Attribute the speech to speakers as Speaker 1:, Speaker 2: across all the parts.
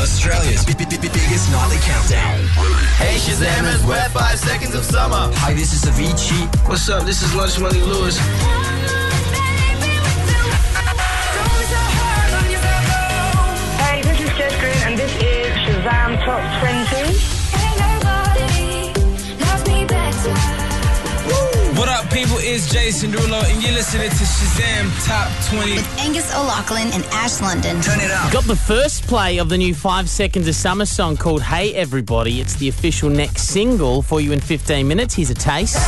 Speaker 1: Australia's b- b- b- biggest nightly countdown.
Speaker 2: Hey Shazamers, we're five seconds of summer.
Speaker 1: Hi, this is Avicii.
Speaker 3: What's up? This is Lunch Money Lewis.
Speaker 4: Hey, this is Jess Green, and this is Shazam Top 20.
Speaker 3: What up, people? It's Jason Derulo, and you're listening to Shazam Top 20.
Speaker 5: with Angus O'Loughlin and Ash London.
Speaker 1: Turn it up.
Speaker 6: Got the first play of the new Five Seconds of Summer song called Hey Everybody. It's the official next single for you in 15 minutes. Here's a taste.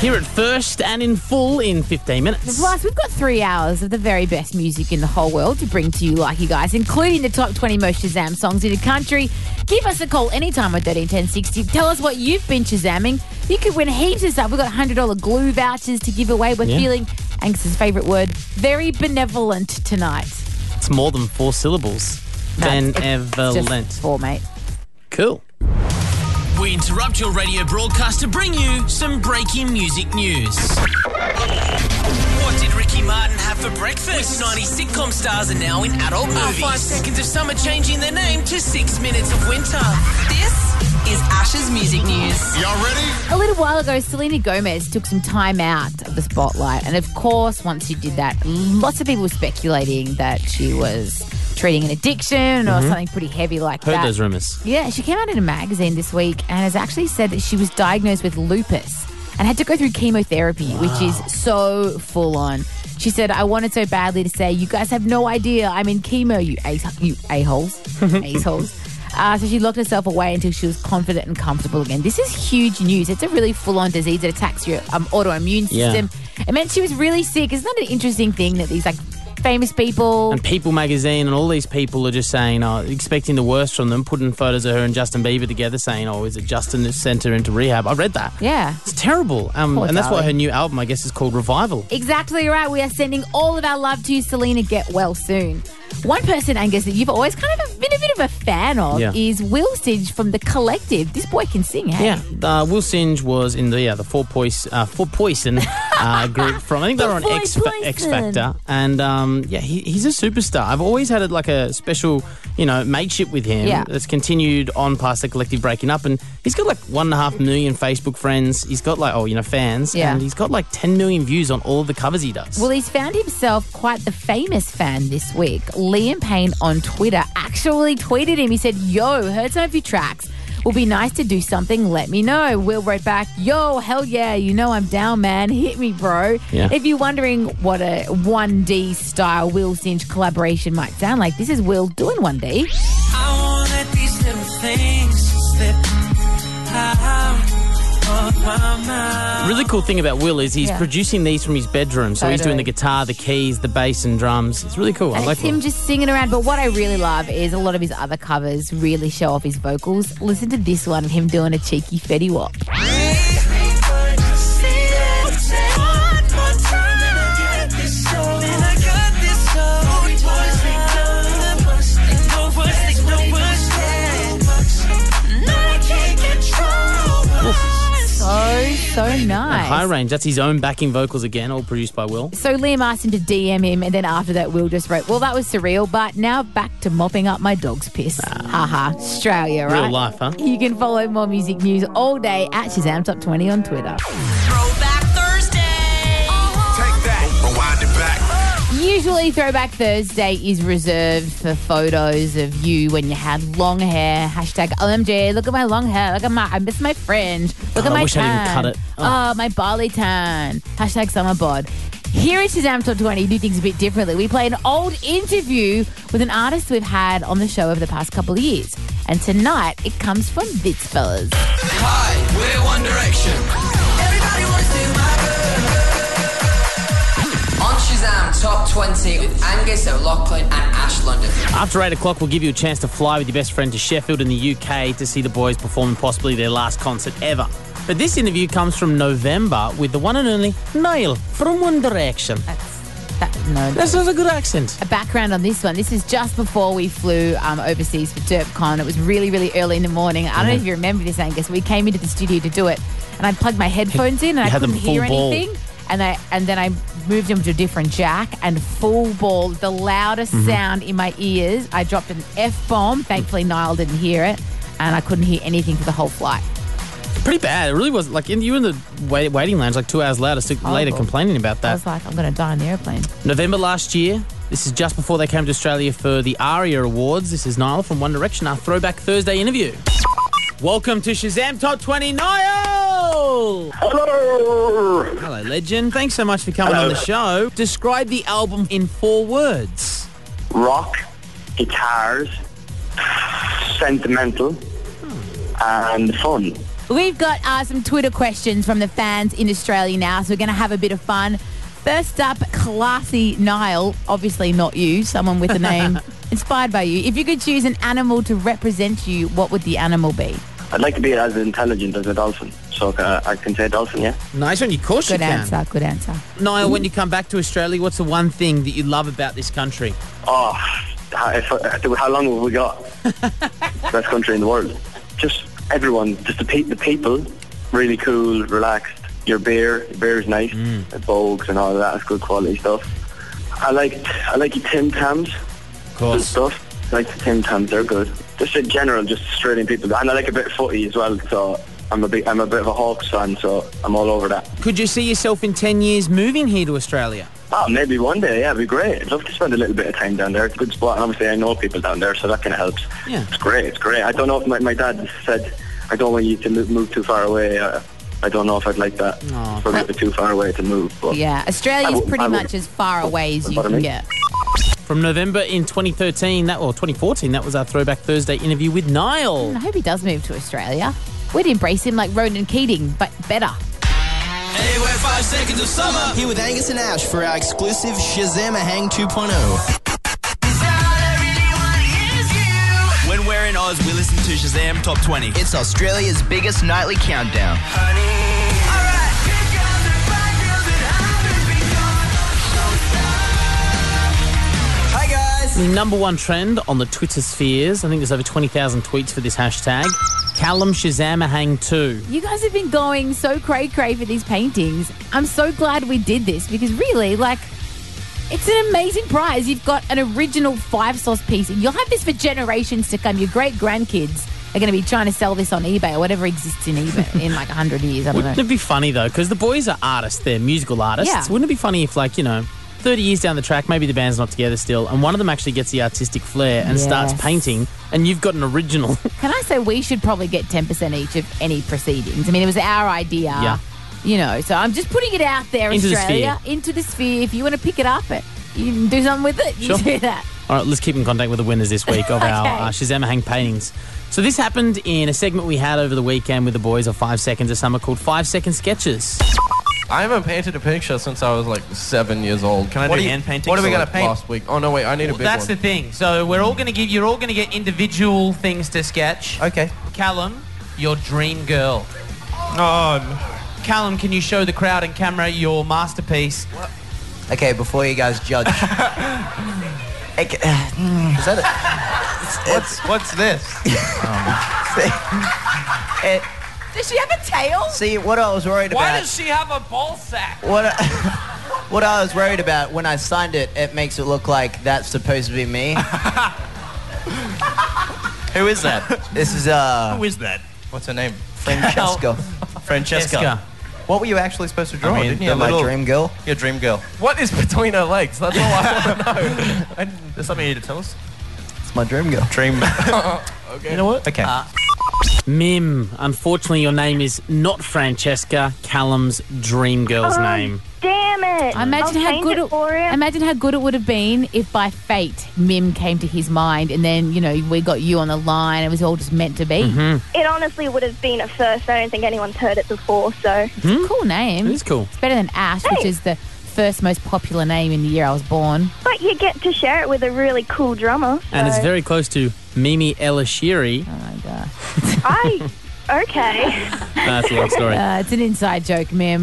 Speaker 6: Here at first and in full in 15 minutes.
Speaker 7: Plus, we've got three hours of the very best music in the whole world to bring to you, like you guys, including the top 20 most Shazam songs in the country. Give us a call anytime on 131060. Tell us what you've been Shazamming. You could win heaps of stuff. We've got $100 glue vouchers to give away. We're
Speaker 6: Yeah.
Speaker 7: feeling, Angus's favourite word, very benevolent tonight.
Speaker 6: It's more than four syllables.
Speaker 7: That's- Just
Speaker 6: Benevolent.
Speaker 7: four, mate.
Speaker 6: Cool.
Speaker 8: We interrupt your radio broadcast to bring you some breaking music news. What did Ricky Martin have for breakfast? Which 90s sitcom stars are now in adult movies. Our five seconds of summer changing their name to six minutes of winter.
Speaker 9: This is Ash's music news.
Speaker 7: A little while ago, Selena Gomez took some time out of the spotlight. And of course, once she did that, lots of people were speculating that she was treating an addiction or something pretty heavy like
Speaker 6: Mm-hmm. Heard
Speaker 7: that.
Speaker 6: those rumours.
Speaker 7: Yeah, she came out in a magazine this week and has actually said that she was diagnosed with lupus and had to go through chemotherapy, which is so full on. She said, I wanted so badly to say, you guys have no idea I'm in chemo, you ace- you a-holes. a-holes. Uh, so she locked herself away until she was confident and comfortable again. This is huge news. It's a really full on disease. It attacks your um, autoimmune
Speaker 6: Yeah.
Speaker 7: system. It meant she was really sick. Isn't that an interesting thing that these like famous people
Speaker 6: And People magazine and all these people are just saying, oh, expecting the worst from them, putting photos of her and Justin Bieber together saying, oh, is it Justin that sent her into rehab? I read that.
Speaker 7: Yeah.
Speaker 6: It's terrible. Um,
Speaker 7: Poor
Speaker 6: and that's why
Speaker 7: darling.
Speaker 6: her new album, I guess, is called Revival.
Speaker 7: Exactly right. We are sending all of our love to Selena. Get well soon. One person, Angus, that you've always kind of been a bit of a fan of
Speaker 6: Yeah.
Speaker 7: is Will Sidge from The Collective. This boy can sing, hey?
Speaker 6: Yeah, uh, Will Singe was in the yeah, the four poison uh, four poison uh, group from I think they
Speaker 7: The
Speaker 6: were on
Speaker 7: Four
Speaker 6: X, Fa- X
Speaker 7: Poison.
Speaker 6: Factor, and um, yeah, he, he's a superstar. I've always had a, like a special you know mateship with him.
Speaker 7: Yeah.
Speaker 6: that's continued on past the collective breaking up, and he's got like one and a half million Facebook friends. He's got like oh you know fans,
Speaker 7: Yeah.
Speaker 6: and he's got like ten million views on all of the covers he does.
Speaker 7: Well, he's found himself quite the famous fan this week. Liam Payne on Twitter actually tweeted him. He said, Yo, heard some of your tracks. Will be nice to do something. Let me know. Will wrote back, Yo, hell yeah, you know I'm down, man. Hit me, bro.
Speaker 6: Yeah.
Speaker 7: If you're wondering what a 1D style Will Cinch collaboration might sound like, this is Will doing 1D.
Speaker 8: I won't let these little things slip out of my mind.
Speaker 6: really cool thing about Will is he's
Speaker 7: Yeah.
Speaker 6: producing these from his bedroom, so he's doing the
Speaker 7: Totally.
Speaker 6: guitar, the keys, the bass, and drums. It's really cool. I
Speaker 7: And
Speaker 6: like
Speaker 7: it's him
Speaker 6: Will.
Speaker 7: just singing around. But what I really love is a lot of his other covers really show off his vocals. Listen to this one of him doing a cheeky Fetty Wap.
Speaker 8: Oh,
Speaker 7: So, so nice.
Speaker 6: High range. That's his own backing vocals again, all produced by Will.
Speaker 7: So Liam asked him to DM him, and then after that, Will just wrote, "Well, that was surreal, but now back to mopping up my dog's piss." Haha, Australia, right?
Speaker 6: Ah. Real life, huh?
Speaker 7: You can follow more music news all day at Shazam Top 20 on Twitter.
Speaker 9: Throwback Thursday.
Speaker 2: Take that, rewind it back.
Speaker 7: Usually, Throwback Thursday is reserved for photos of you when you had long hair. Hashtag OMG, look at my long hair. Look at my, I miss my fringe. Look
Speaker 6: God,
Speaker 7: at
Speaker 6: I
Speaker 7: my
Speaker 6: wish I
Speaker 7: tan.
Speaker 6: didn't cut it.
Speaker 7: Oh. my barley tan. Hashtag summer bod. Here at Shazam Top 20, do things a bit differently. We play an old interview with an artist we've had on the show over the past couple of years. And tonight, it comes from this fellas.
Speaker 2: Hi, we're One Direction.
Speaker 9: Everybody wants to my girl. On Shazam Top 20 with Angus O'Loughlin and Ash London.
Speaker 6: After eight o'clock, we'll give you a chance to fly with your best friend to Sheffield in the UK to see the boys performing possibly their last concert ever. But this interview comes from November with the one and only Niall from One Direction.
Speaker 7: That's That, no.
Speaker 6: That's not a good accent.
Speaker 7: a background on this one. This is just before we flew um, overseas for DerpCon. It was really, really early in the morning. I don't know if
Speaker 6: Mm-hmm.
Speaker 7: you remember this, Angus. We came into the studio to do it, and I plugged my headphones in, and I
Speaker 6: had them
Speaker 7: couldn't hear
Speaker 6: full ball.
Speaker 7: anything. And I and then I moved them to a different jack, and full ball, the loudest
Speaker 6: Mm-hmm.
Speaker 7: sound in my ears. I dropped an f bomb. Thankfully, Niall didn't hear it, and I couldn't hear anything for the whole flight.
Speaker 6: Pretty bad. It really was. Like in, you were in the wait, waiting lounge like two hours later, so- later
Speaker 7: Horrible.
Speaker 6: complaining about
Speaker 7: I
Speaker 6: that.
Speaker 7: was like, I'm going to die in the airplane.
Speaker 6: November last year. This is just before they came to Australia for the ARIA Awards. This is Niall from One Direction, our Throwback Thursday interview. Welcome to Shazam Top 20, Niall!
Speaker 10: Hello.
Speaker 6: Hello, legend. Thanks so much for coming on the show. Describe the album in four words.
Speaker 10: Rock, guitars, sentimental, and fun.
Speaker 7: We've got uh, some Twitter questions from the fans in Australia now, so we're going to have a bit of fun. First up, Classy Niall, obviously not you, someone with a name inspired by you. If you could choose an animal to represent you, what would the animal be?
Speaker 10: I'd like to be as intelligent as a dolphin. So uh, I can say dolphin, yeah?
Speaker 6: Nice one. Of course
Speaker 7: Good
Speaker 6: you can.
Speaker 7: answer, good answer.
Speaker 6: Niall, when you come back to Australia, what's the one thing that you love about this country?
Speaker 10: Oh, how, if, uh, how long have we got? Best country in the world. Just everyone, just the, pe- the people, really cool, relaxed. Your beer, your beer is nice. The bogues and all of that is good quality stuff. I liked, I like your Tim Tams.
Speaker 6: Of
Speaker 10: and stuff. I like the Tim Tams, they're good. Just in general, just Australian people. And I like a bit of footy as well, so I'm a big, I'm a bit of a Hawks fan, so I'm all over that.
Speaker 6: Could you see yourself in 10 years moving here to Australia?
Speaker 10: Oh, maybe one day, yeah, it'd be great. I'd love to spend a little bit of time down there. It's a good spot, and obviously I know people down there, so that kind of helps.
Speaker 6: Yeah.
Speaker 10: It's great, it's great. I don't know if my, my dad said, I don't want you to mo- move too far away. Uh, I don't know if I'd like that.
Speaker 6: Aw.
Speaker 10: It's Probably a bit too far away to move, but
Speaker 7: Yeah, Australia's
Speaker 10: I would-
Speaker 7: pretty
Speaker 10: I would-
Speaker 7: much as far away as you
Speaker 10: Pardon me?
Speaker 7: can get.
Speaker 6: From November in 2013, that or 2014, that was our Throwback Thursday interview with Niall.
Speaker 7: I hope he does move to Australia. We'd embrace him like Ronan Keating, but better.
Speaker 8: Hey, we're five seconds of summer.
Speaker 1: Here with Angus and Ash for our exclusive Shazam Hang 2.0.
Speaker 2: When we're in Oz, we listen to Shazam Top 20.
Speaker 1: It's Australia's biggest nightly countdown.
Speaker 2: Hi, guys.
Speaker 6: The number one trend on the Twitter spheres. I think there's over 20,000 tweets for this hashtag. Callum Shazamahang 2.
Speaker 7: You guys have been going so cray cray for these paintings. I'm so glad we did this because really, like, it's an amazing prize. You've got an original five sauce piece. You'll have this for generations to come. Your great grandkids are going to be trying to sell this on eBay or whatever exists in eBay in like 100 years. I don't
Speaker 6: Wouldn't
Speaker 7: know.
Speaker 6: it be funny though? Because the boys are artists, they're musical artists.
Speaker 7: Yeah.
Speaker 6: Wouldn't it be funny if, like, you know, 30 years down the track, maybe the band's not together still, and one of them actually gets the artistic flair and starts
Speaker 7: Yes.
Speaker 6: painting, and you've got an original?
Speaker 7: Can I say we should probably get 10% each of any proceedings? I mean, it was our idea.
Speaker 6: Yeah.
Speaker 7: You know, so I'm just putting it out there,
Speaker 6: Into the
Speaker 7: Australia, into the sphere. If you want to pick it up, it, you can do something with it. You
Speaker 6: Sure.
Speaker 7: do that.
Speaker 6: All right, let's keep in contact with the winners this week of our
Speaker 7: Okay.
Speaker 6: uh, Shazamahang paintings. So this happened in a segment we had over the weekend with the boys of Five Seconds of Summer called Five Second Sketches.
Speaker 11: I haven't painted a picture since I was like seven years old. Can I
Speaker 8: What
Speaker 11: do
Speaker 8: are you- hand paintings
Speaker 11: What are we
Speaker 8: or,
Speaker 11: gonna
Speaker 8: like,
Speaker 11: paint
Speaker 8: last
Speaker 11: last week? Oh no, wait, I need a big
Speaker 3: That's the
Speaker 11: one.
Speaker 3: thing. So we're all going to give, you're all going to get individual things to sketch.
Speaker 11: okay.
Speaker 3: Callum, your dream girl.
Speaker 11: Oh,
Speaker 3: Callum, can you show the crowd and camera your masterpiece?
Speaker 1: Okay, before you guys judge. is that it?
Speaker 11: what's what's this?
Speaker 7: Does she have a tail?
Speaker 1: See, what I was worried
Speaker 3: Why does she have a ball sack?
Speaker 1: what I, what I was worried about when I signed it, it makes it look like that's supposed to be me.
Speaker 11: Who is that?
Speaker 1: This is uh
Speaker 8: Who is that?
Speaker 11: what's her name?
Speaker 1: Francesca.
Speaker 8: Francesca.
Speaker 11: What were you actually supposed to draw?
Speaker 1: I mean,
Speaker 11: didn't you? A
Speaker 1: they're my
Speaker 11: little-
Speaker 1: dream girl.
Speaker 11: Your dream girl. What is between her legs? That's all I want to know. There's something you need to tell us.
Speaker 1: It's my dream girl.
Speaker 11: Dream. okay. You know what? Okay.
Speaker 6: Mim, unfortunately, your name is not Francesca. Callum's dream girl's
Speaker 7: Oh.
Speaker 6: name.
Speaker 4: Oh, Damn it!
Speaker 7: Imagine
Speaker 4: I'll
Speaker 7: how
Speaker 4: change
Speaker 7: good
Speaker 4: it for him.
Speaker 7: Imagine how good it would have been if by fate Mim came to his mind, and then you know we got you on the line. It was all just meant to be.
Speaker 6: Mm-hmm.
Speaker 4: It honestly would have been a first. I don't think anyone's heard it before, so
Speaker 7: It's a cool name.
Speaker 6: It is cool.
Speaker 7: It's better than Ash, which is the first most popular name in the year I was born.
Speaker 4: But you get to share it with a really cool drummer.
Speaker 6: And it's
Speaker 4: so
Speaker 6: very close to Mimi Elishiri.
Speaker 7: Oh my gosh.
Speaker 4: I Okay.
Speaker 6: That's a long story.
Speaker 7: Uh, it's an inside joke, Mim.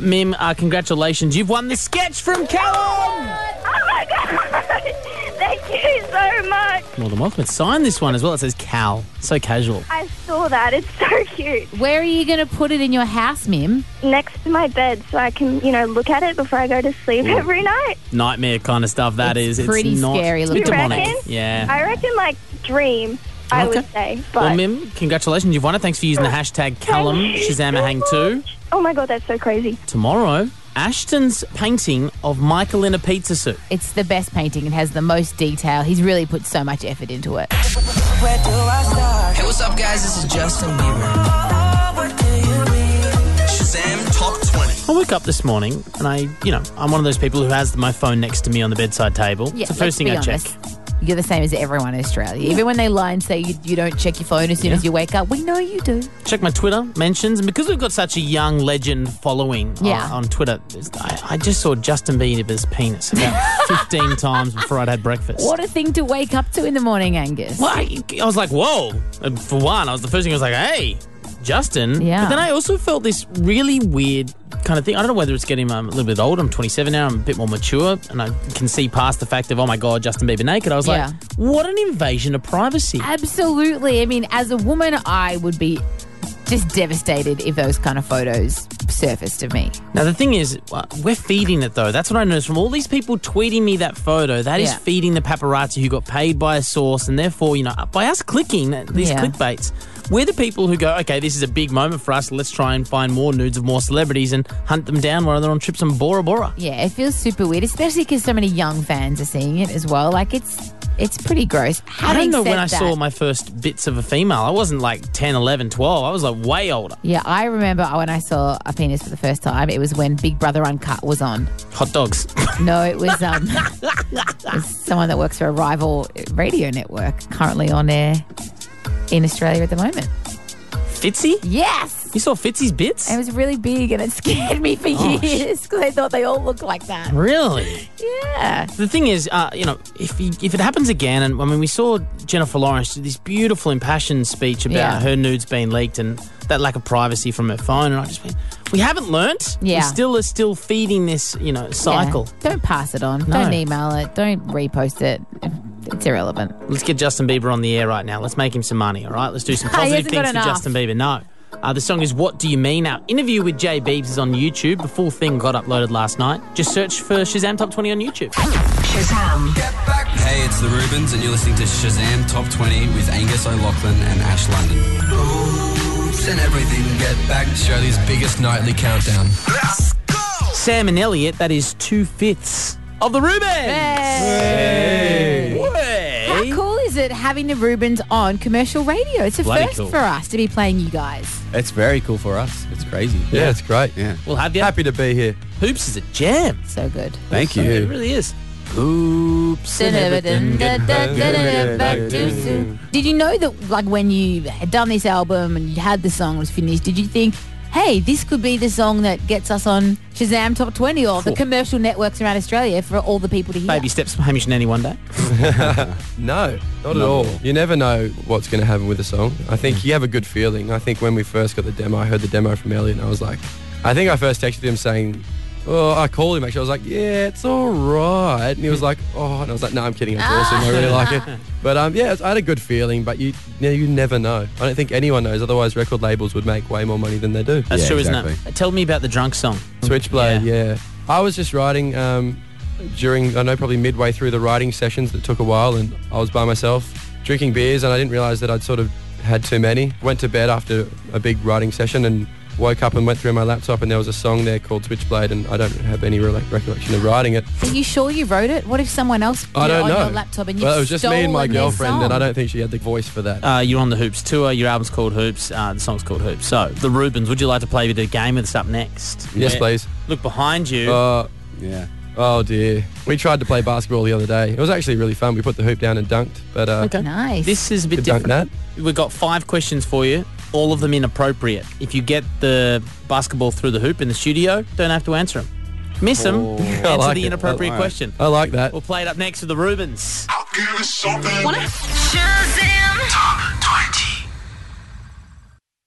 Speaker 6: Mim, uh, congratulations. You've won the sketch from Callum.
Speaker 4: Oh my god! Thank you so much.
Speaker 6: More than welcome. It's signed this one as well. It says Cal. So casual.
Speaker 4: I saw that. It's so cute.
Speaker 7: Where are you going to put it in your house, Mim?
Speaker 4: Next to my bed, so I can, you know, look at it before I go to sleep every night.
Speaker 6: Nightmare kind of stuff that is.
Speaker 7: It's pretty
Speaker 6: not,
Speaker 7: scary
Speaker 6: it's a
Speaker 7: looking.
Speaker 6: bit
Speaker 4: You
Speaker 6: demonic.
Speaker 4: reckon?
Speaker 6: Yeah.
Speaker 4: I reckon, like, dream, I
Speaker 6: Okay.
Speaker 4: would say. But,
Speaker 6: Well, Mim, congratulations. You've won it. Thanks for using the hashtag Callum Shazamahang2.
Speaker 4: oh my god, that's so crazy.
Speaker 6: Tomorrow, Ashton's painting of Michael in a pizza suit.
Speaker 7: It's the best painting. It has the most detail. He's really put so much effort into it.
Speaker 8: Hey, what's up, guys? This is Justin Bieber.
Speaker 2: Shazam Top 20.
Speaker 6: I woke up this morning and I, you know, I'm one of those people who has my phone next to me on the bedside table.
Speaker 7: Yeah,
Speaker 6: it's the
Speaker 7: let's
Speaker 6: first thing
Speaker 7: be
Speaker 6: I check.
Speaker 7: honest. You're the same as everyone in Australia. Even when they lie and say you, you don't check your phone as soon
Speaker 6: Yeah.
Speaker 7: as you wake up, we know you do.
Speaker 6: Check my Twitter mentions. And because we've got such a young legend following on-
Speaker 7: Yeah.
Speaker 6: on, Twitter, I, I just saw Justin Bieber's penis about 15 times before I'd had breakfast.
Speaker 7: What a thing to wake up to in the morning, Angus.
Speaker 6: Well, I, I was like, whoa. And for one, I was the first thing I was like, hey, Justin.
Speaker 7: Yeah.
Speaker 6: But then I also felt this really weird kind of thing. I don't know whether it's getting um, a little bit older. I'm 27 now. I'm a bit more mature, and I can see past the fact of, oh my god, Justin Bieber naked. I was
Speaker 7: Yeah.
Speaker 6: like, what an invasion of privacy.
Speaker 7: Absolutely. I mean, as a woman, I would be just devastated if those kind of photos surfaced of me.
Speaker 6: Now the thing is, uh, we're feeding it though. That's what I noticed from all these people tweeting me that photo. That is
Speaker 7: Yeah.
Speaker 6: feeding the paparazzi who got paid by a source, and therefore, you know, by us clicking these
Speaker 7: Yeah.
Speaker 6: clickbaits, we're the people who go, okay, this is a big moment for us. Let's try and find more nudes of more celebrities and hunt them down while they're on trips on Bora Bora.
Speaker 7: Yeah, it feels super weird, especially because so many young fans are seeing it as well. Like, it's it's pretty gross.
Speaker 6: I don't
Speaker 7: Having
Speaker 6: know
Speaker 7: said
Speaker 6: when I
Speaker 7: that-
Speaker 6: saw my first bits of a female. I wasn't like 10, 11, 12. I was like way older.
Speaker 7: Yeah, I remember when I saw a penis for the first time. It was when Big Brother Uncut was on.
Speaker 6: Hot dogs.
Speaker 7: No, it was um, it was someone that works for a rival radio network currently on air in Australia at the moment.
Speaker 6: Fitzy?
Speaker 7: Yes,
Speaker 6: You saw Fitzy's bits?
Speaker 7: it was really big and it scared me for
Speaker 6: Oh, sh-
Speaker 7: years because I thought they all looked like that.
Speaker 6: Really?
Speaker 7: Yeah,
Speaker 6: The thing is, uh, you know, if you, if it happens again, and I mean, we saw Jennifer Lawrence do this beautiful, impassioned speech about
Speaker 7: Yeah.
Speaker 6: her nudes being leaked and that lack of privacy from her phone, and I just went, we haven't learnt. We
Speaker 7: Yeah.
Speaker 6: still are still feeding this, you know, cycle.
Speaker 7: Yeah. Don't pass it on.
Speaker 6: No.
Speaker 7: Don't email it. Don't repost it. It's irrelevant.
Speaker 6: Let's get Justin Bieber on the air right now. Let's make him some money. All right, let's do some
Speaker 7: He
Speaker 6: positive
Speaker 7: hasn't got
Speaker 6: things for
Speaker 7: enough.
Speaker 6: Justin Bieber. No. Uh, the song is What Do You Mean? Our interview with Jay Biebs is on YouTube. The full thing got uploaded last night. Just search for Shazam Top 20 on YouTube.
Speaker 5: Shazam.
Speaker 2: Hey, it's the Rubens, and you're listening to Shazam Top 20 with Angus O'Loughlin and Ash London. Oops, and everything get back to Australia's biggest nightly countdown.
Speaker 6: Sam and Elliot, that is two fifths of the Rubens.
Speaker 7: How cool is it having the Rubens on commercial radio? It's a
Speaker 6: Bloody
Speaker 7: first
Speaker 6: cool.
Speaker 7: for us to be playing you guys.
Speaker 12: It's very cool for us. It's crazy.
Speaker 11: Yeah, it's great.
Speaker 12: Yeah.
Speaker 6: We'll have you.
Speaker 12: Happy to be here.
Speaker 6: Hoops is a jam.
Speaker 7: So good.
Speaker 12: Thank
Speaker 6: It
Speaker 12: you.
Speaker 6: really is. Hoops and everything.
Speaker 7: Did you know that, like, when you had done this album and you had the song was finished, did you think, hey, this could be the song that gets us on Shazam Top 20 or the
Speaker 6: Cool.
Speaker 7: commercial networks around Australia for all the people to hear?
Speaker 6: Baby steps from Hamish and Annie one day.
Speaker 12: No, not at all. You never know what's going to happen with a song. I think you have a good feeling. I think when we first got the demo, I heard the demo from Elliot and I was like, I think I first texted him saying, Oh, I called him actually. I was like, yeah, it's all right. And he was like, oh, and I was like, no, I'm kidding. It's awesome. I really like it. But um, yeah, it's- I had a good feeling, but you, you, you never know. I don't think anyone knows. Otherwise, record labels would make way more money than they do.
Speaker 6: That's
Speaker 12: Yeah,
Speaker 6: true, isn't
Speaker 12: exactly.
Speaker 6: it? Tell me about the drunk song.
Speaker 7: Mm.
Speaker 12: Switchblade,
Speaker 6: Yeah.
Speaker 12: yeah. I was just writing um, during, I know probably midway through the writing sessions that took a while and I was by myself drinking beers and I didn't realise that I'd sort of had too many. Went to bed after a big writing session and woke up and went through my laptop and there was a song there called Switchblade and I don't have any re- recollection of writing it.
Speaker 7: Are you sure you wrote it? What if someone else put
Speaker 12: I
Speaker 7: it
Speaker 12: don't
Speaker 7: on
Speaker 12: know.
Speaker 7: your laptop and you
Speaker 12: well, it was just me and my girlfriend and I
Speaker 7: don't.
Speaker 12: don't think she had the voice for that.
Speaker 6: Uh, you're on the Hoops tour. Your album's called Hoops. Uh, the song's called Hoops. So, the Rubens, would you like to play with a game with us up next?
Speaker 12: yes,
Speaker 6: Yeah.
Speaker 12: please.
Speaker 6: Look behind you.
Speaker 7: Ah.
Speaker 12: Uh,
Speaker 11: Yeah.
Speaker 12: oh dear. We tried to play basketball the other day. It was actually really fun. We put the hoop down and dunked, but uh,
Speaker 6: Okay.
Speaker 7: Nice.
Speaker 6: This is a bit
Speaker 12: Good dunk,
Speaker 6: different. We've got five questions for you, all of them inappropriate. If you get the basketball through the hoop in the studio, don't have to answer them. Miss them, answer
Speaker 12: Oh. like
Speaker 6: the
Speaker 12: it.
Speaker 6: inappropriate
Speaker 12: I like it.
Speaker 6: question.
Speaker 12: I like that.
Speaker 6: We'll play it up next with the Rubens.
Speaker 5: Shazam.